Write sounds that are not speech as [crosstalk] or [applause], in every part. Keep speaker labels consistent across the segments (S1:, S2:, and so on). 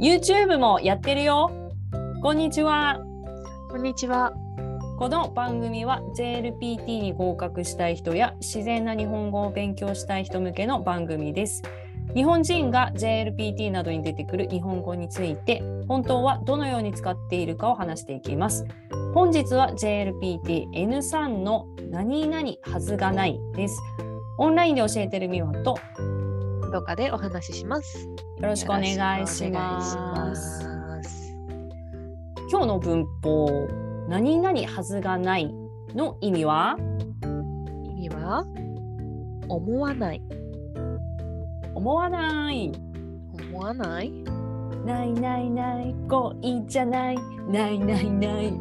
S1: YouTube もやってるよこんにちは
S2: こんにちは。
S1: この番組は JLPT に合格したい人や自然な日本語を勉強したい人向けの番組です。日本人が JLPT などに出てくる日本語について本当はどのように使っているかを話していきます。本日は JLPTN3 の何々はずがないです。オンラインで教えてるみわとよ
S2: どかでお話しします。よ
S1: ろしくお願いします。
S2: す。
S1: 今日の文法何々はずがないの意味は
S2: 意味は思わない。
S1: 思わない。
S2: 思わない
S1: ないないない恋じゃないないないない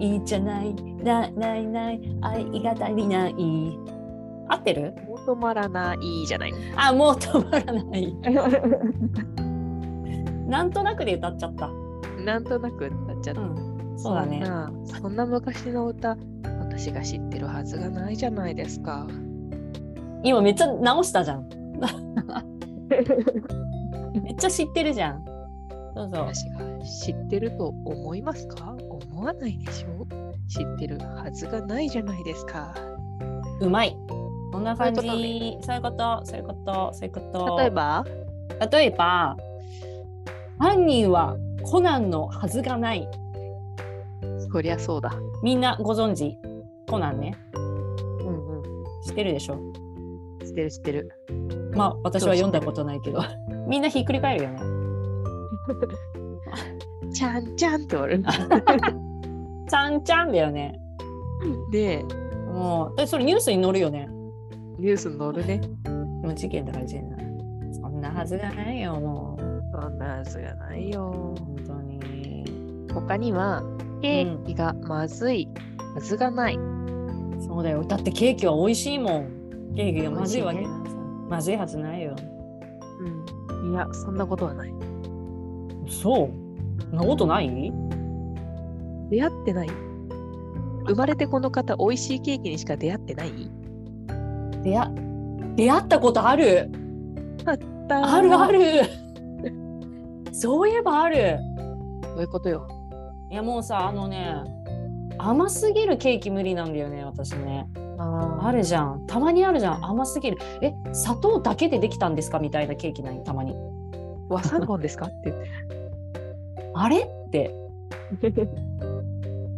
S1: 愛じゃないないないない愛が足りない合ってる
S2: もう止まらないじ
S1: [laughs]
S2: ゃない。
S1: あもう止まらないなんとなくで歌っちゃった、
S2: なんとなくなっちゃった。
S1: ん、そうだね
S2: そんなそんな昔の歌、私が知ってるはずがないじゃないですか。
S1: 今めっちゃ直したじゃ
S2: [laughs]
S1: んめっちゃ知ってるじゃんそうそう
S2: 私が知ってると思いますか思わないでしょ知ってるはずがないじゃないですか。
S1: うまいこんな感じ
S2: そうい
S1: そういうことそういうことそういうこと
S2: 例えば
S1: 例えば犯人はコナンのはずがない
S2: そりゃそうだ。
S1: みんなご存知コナンね
S2: うんうん。
S1: 知ってるでしょ
S2: 知ってる知ってる。
S1: まあ私は読んだことないけど [laughs] みんなひっくり返るよね
S2: ちゃんちゃんって終わ
S1: ちゃんちゃんだよね
S2: る。 [laughs] で、
S1: もうえそれニュースに載るよね
S2: ニュースに載るね。
S1: もう事件だから事件だそんなはずがないよもう
S2: そんなはずがないよ。
S1: 本当に
S2: 他には、ケーキがまずい、はずがない。
S1: そうだよだってケーキは美味しいもんケーキがまずいわけ
S2: 美
S1: な
S2: 味
S1: いさまずいはずないよ
S2: うん。いや、そんなことはない。
S1: そうそんなことない
S2: 出会ってない。生まれてこの方、美味しいケーキにしか出会ってない
S1: 出会出会ったことあるあるあ。る [laughs] そういえばある
S2: そういうことよ。
S1: いやもうさあのね甘すぎるケーキ無理なんだよね私ね
S2: あ
S1: あるじゃんたまにあるじゃん甘すぎるえ砂糖だけでできたんですかみたいなケーキないたまに
S2: 和三盆ですかって
S1: [laughs] あれって
S2: 言って。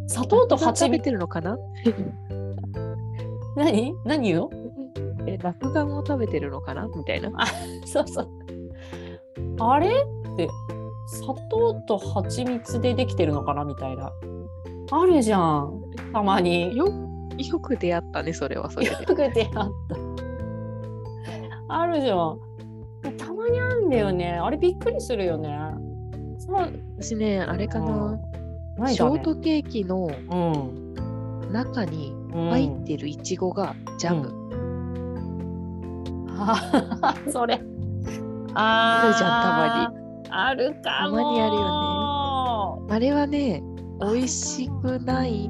S1: 砂糖と
S2: 蜂
S1: 蜂
S2: 食べ
S1: 蜜
S2: てるのかな
S1: 何何よ
S2: え、落眼を食べてるのかなみたいな。
S1: そうそうあれって砂糖と蜂蜜でできてるのかなみたいなあるじゃんたまに
S2: よよく出会ったね、それはそれで。
S1: よく出会った。あるじゃん。たまにあるんだよね。あれびっくりするよね。そう。
S2: 私ね、あれかな。
S1: ない
S2: シ
S1: だ
S2: ョ
S1: ね
S2: ー。トケーキの
S1: うん。
S2: 中に
S1: うん
S2: 入ってるいちごがジャム、
S1: あー [laughs] それ。あ
S2: あるじゃん
S1: ん、たまに。あるかも。
S2: たまにある
S1: よね。
S2: あれはね美味しくない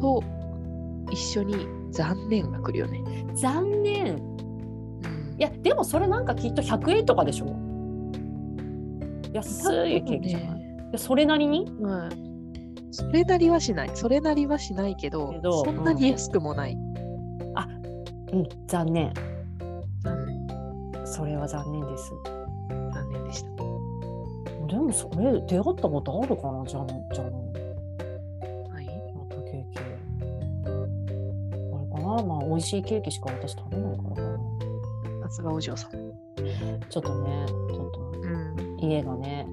S2: と一緒に残念が来るよね、
S1: 残念。
S2: うん
S1: いや、でもそれなんかきっと100円とかでしょ。安いケーキじゃない。い
S2: ね
S1: やそれなりに
S2: まあそれなりはしないそれなりはしないけど
S1: けど
S2: そんなに安くもない、
S1: うん、残念。
S2: 残念
S1: それは残念です。
S2: 残念でした
S1: でもそれ出会ったことあるかなじゃんじゃん
S2: はい
S1: ショートケーキあれかなまあ美味しいケーキしか私食べないからな
S2: さすがお嬢さん、
S1: ちょっとねちょっと家がね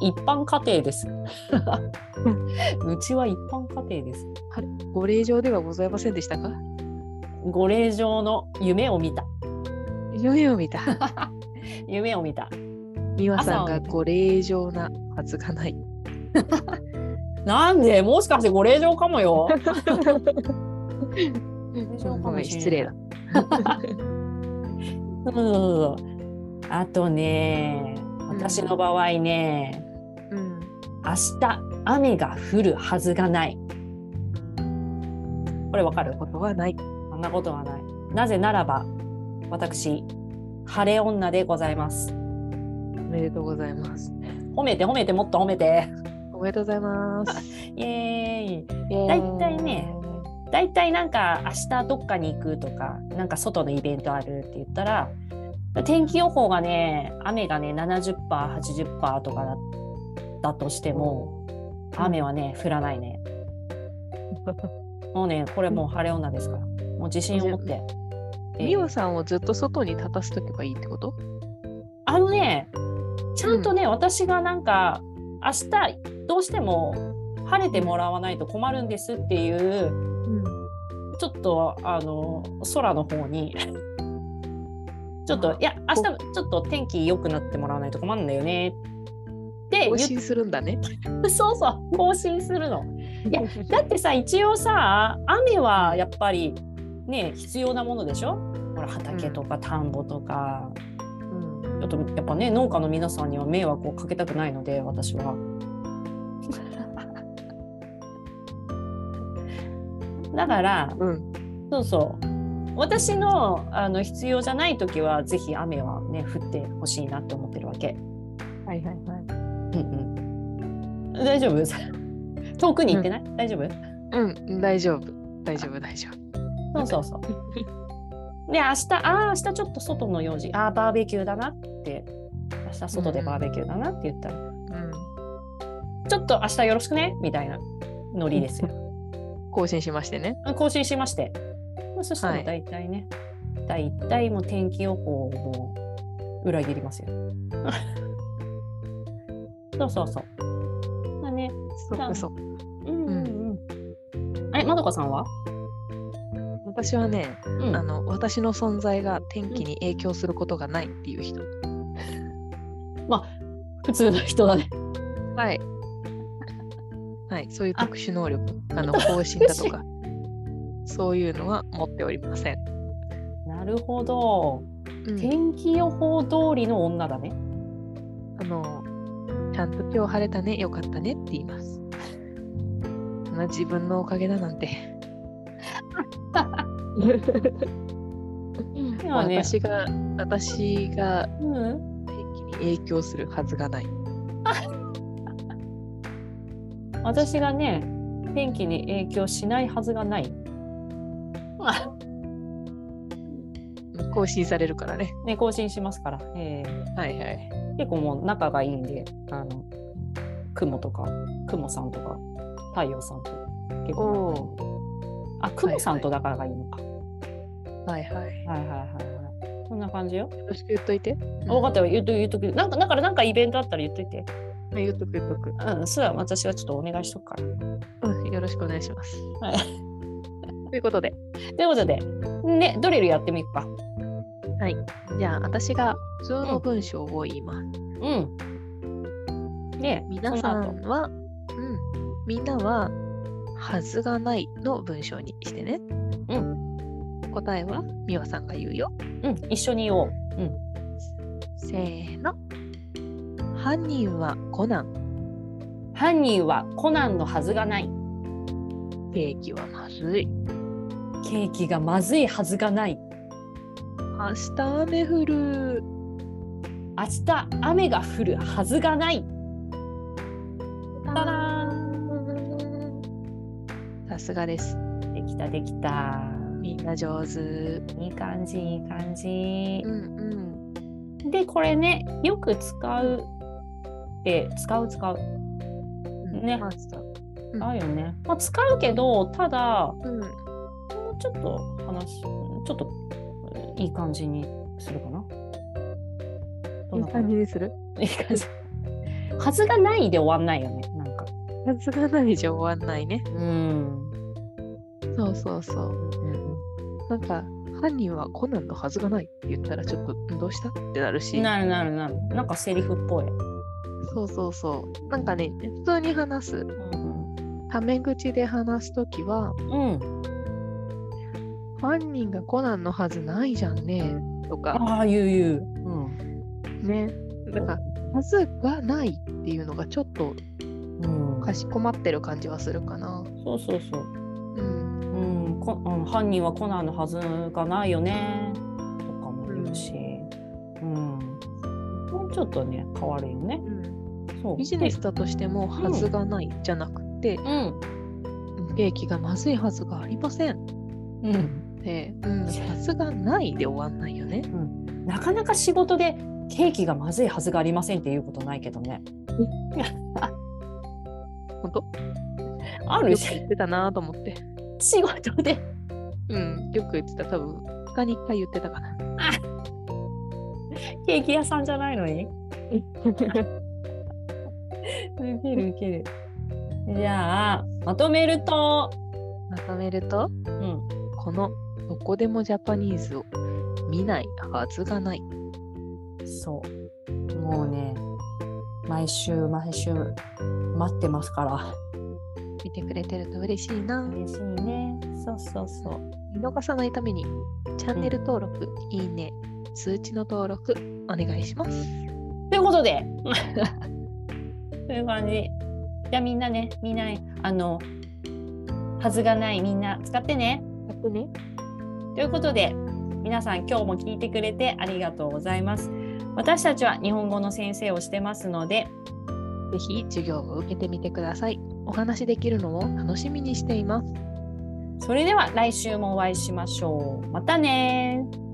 S1: 一般家庭ですうちは一般家庭です
S2: ご令嬢ではございませんでしたか
S1: ご令嬢の夢を見た
S2: 夢を見た
S1: [laughs] 夢を見た
S2: 美和さんがご令嬢なはずがない
S1: なんでもしかしてご令嬢かも
S2: [laughs]
S1: よ
S2: ごめん失礼だ
S1: そうそうそうそうあとね私の場合ね、
S2: うん
S1: 明日雨が降るはずがない。これわかる
S2: ことはない。
S1: そんなことはない。なぜならば、私、晴れ女でございます。
S2: おめでとうございます。
S1: 褒めて褒めてもっと褒めて。
S2: おめでとうございます。
S1: イエーイ。
S2: だ
S1: 大体
S2: [laughs]
S1: ね。だいたいなんか明日どっかに行くとか、なんか外のイベントあるって言ったら、天気予報がね、雨がね、70%、80%とかだだとしても、雨はね、降らないね。もうね、これもう晴れ女ですから。もう自信を持って。ええ
S2: 美和さんをずっと外に立たせとけばいいってこと
S1: あのね、ちゃんとね、私がなんか、明日どうしても晴れてもらわないと困るんですっていう、
S2: うん。
S1: ちょっとあの空の方に、ちょっ
S2: あ
S1: と、いや、明日ちょっと天気良くなってもらわないと困るんだよねって言
S2: 更
S1: っ
S2: 新するんだね。
S1: て、そうそう、更新するの。やだ
S2: [laughs]
S1: ってさ、一応さ、雨はやっぱりね、必要なものでしょほら、畑とか田んぼとか、
S2: うん
S1: あとやっぱね農家の皆さんには迷惑をかけたくないので私
S2: [laughs]
S1: は。だから
S2: うん。
S1: そうそう私のあの必要じゃない時はぜひ雨はね降ってほしいなって思ってるわけ。
S2: はいはい
S1: う
S2: はい。
S1: んうん、大丈夫 [laughs] 遠くに行ってない、大丈夫
S2: うん、大丈夫。大丈夫、大丈夫。
S1: そうそう [laughs] そう。で明日ああ明日ちょっと外の用事ああバーベキューだなって明日外でバーベキューだなって言ったら。ちょっと明日よろしくねみたいなノリですよ。 [laughs]
S2: うん。更新しましてね。
S1: 更新しまして。そしたら大体ね、大体もう天気予報をもう裏切りますよ。 [laughs] そうそうそう。だね。
S2: そっかそっか。
S1: うんうんうん。あれ、まどかさんは
S2: 私はね、
S1: うん
S2: あの、私の存在が天気に影響することがないっていう人。
S1: 普通の人だね。
S2: はい。はい、そういう
S1: あ
S2: 特殊能力、あの、更新だとか、そういうのは持っておりません。
S1: なるほど。
S2: うん、
S1: 天気予報通りの女だね。
S2: あの、ちゃんと今日晴れたね、よかったねって言います。そんな自分のおかげだなんて。
S1: 今はね、
S2: 私が、私が
S1: うん、
S2: 天気に影響するはずがない。
S1: 私がね、天気に影響しないはずがない。
S2: 更新されるからね。
S1: ね、更新しますから。えー
S2: はいはい。
S1: 結構もう仲がいいんで、あの、雲とか、雲さんとか、太陽さんと結構仲いいんで。あ、雲さんと仲がいいのか。
S2: はいはい。
S1: はいはいはいはい。こんな感じよ。
S2: よろしく言っといて。
S1: あ分かったよ。言っとく言っとく。なんか、だからなんかイベントあったら言っといて。
S2: た。言っとく言っとく。
S1: うん、それは私はちょっとお願いしとくから。
S2: うん、よろしくお願いします。
S1: はい
S2: ということで、
S1: ということで、ね、ドリルやってみっか。
S2: じゃあ私が普通の文章を言います。
S1: うん。ね、
S2: 皆さんは、うん、みんなは、はずがないの文章にしてね。
S1: う
S2: 答えは、みわさんが言うよ。
S1: その後、うん、一緒に言おう。うん。
S2: せーの。犯人はコナン、
S1: 犯人はコナンのはずがない。
S2: ケーキはまずい。
S1: ケーキがまずいはずがない。
S2: 明日雨降る。
S1: 明日雨が降るはずがない。
S2: た
S1: たら
S2: さすがです。
S1: ーんできたできた。
S2: みんな上手。
S1: いい感じいい感じ
S2: う。ん
S1: でこれねよく使うって使う使う
S2: うん。
S1: ね
S2: まあそう
S1: 使うよね。まあ、使うけどただ
S2: うん。
S1: もうちょっと話ちょっとえーいい感じにするかな。どんな感じ？
S2: にする
S1: いい感じ。 [laughs] はずがないで終わんないよねなんか。
S2: さすがないじゃ終わんないね。
S1: うん。
S2: そうそうそう。なんか、犯人はコナンのはずがないって言ったら、ちょっとんどうしたってなるし。
S1: なるなるなる。なんかセリフっぽい。
S2: そうそうそう。なんかね、普通に話す。
S1: うん
S2: タメ口で話すときは、
S1: うん。
S2: 犯人がコナンのはずないじゃんね。とか、
S1: ああいういう。うん。
S2: ね。なんか、はずがないっていうのがちょっと
S1: うん、
S2: かしこまってる感じはするかな。
S1: そうそうそう。
S2: うん。
S1: うん、こうん、犯人はコナンのはずがないよね。とかも言うし。うん。ちょっとね変わるよね。そう
S2: ビジネスだとしても、はずがないじゃなくて、
S1: うん
S2: 利益がまずいはずがありません。
S1: うん、
S2: で、
S1: [laughs]
S2: うん、はずがないで終わんないよね。
S1: なかなか仕事でケーキがまずいはずがありませんっていうことないけどね。 [laughs]
S2: 本当
S1: ある
S2: よく
S1: し
S2: 言ってたなと思って。
S1: 仕事で
S2: うん、よく言ってた。多分2日に1回言ってたかな。
S1: ケーキ屋さんじゃないの [laughs] に。ウケるウケる。じゃあまとめると、
S2: まとめると、
S1: うん、
S2: このどこでもジャパニーズを見ないはずがない。
S1: そうもうね毎週毎週待ってますから。
S2: 見てくれてると嬉しいな。
S1: 嬉しいね。そうそうそう。
S2: 見逃さないためにチャンネル登録、いいね、通知の登録お願いします。
S1: ということで、という感じ。じゃあみんなね、みんな、あの、はずがないみんな使ってね。
S2: やってね。
S1: ということで、皆さん今日も聞いてくれてありがとうございます。私たちは日本語の先生をしてますので、
S2: ぜひ授業を受けてみてください。お話できるのを楽しみにしています。
S1: それでは来週もお会いしましょう。またねー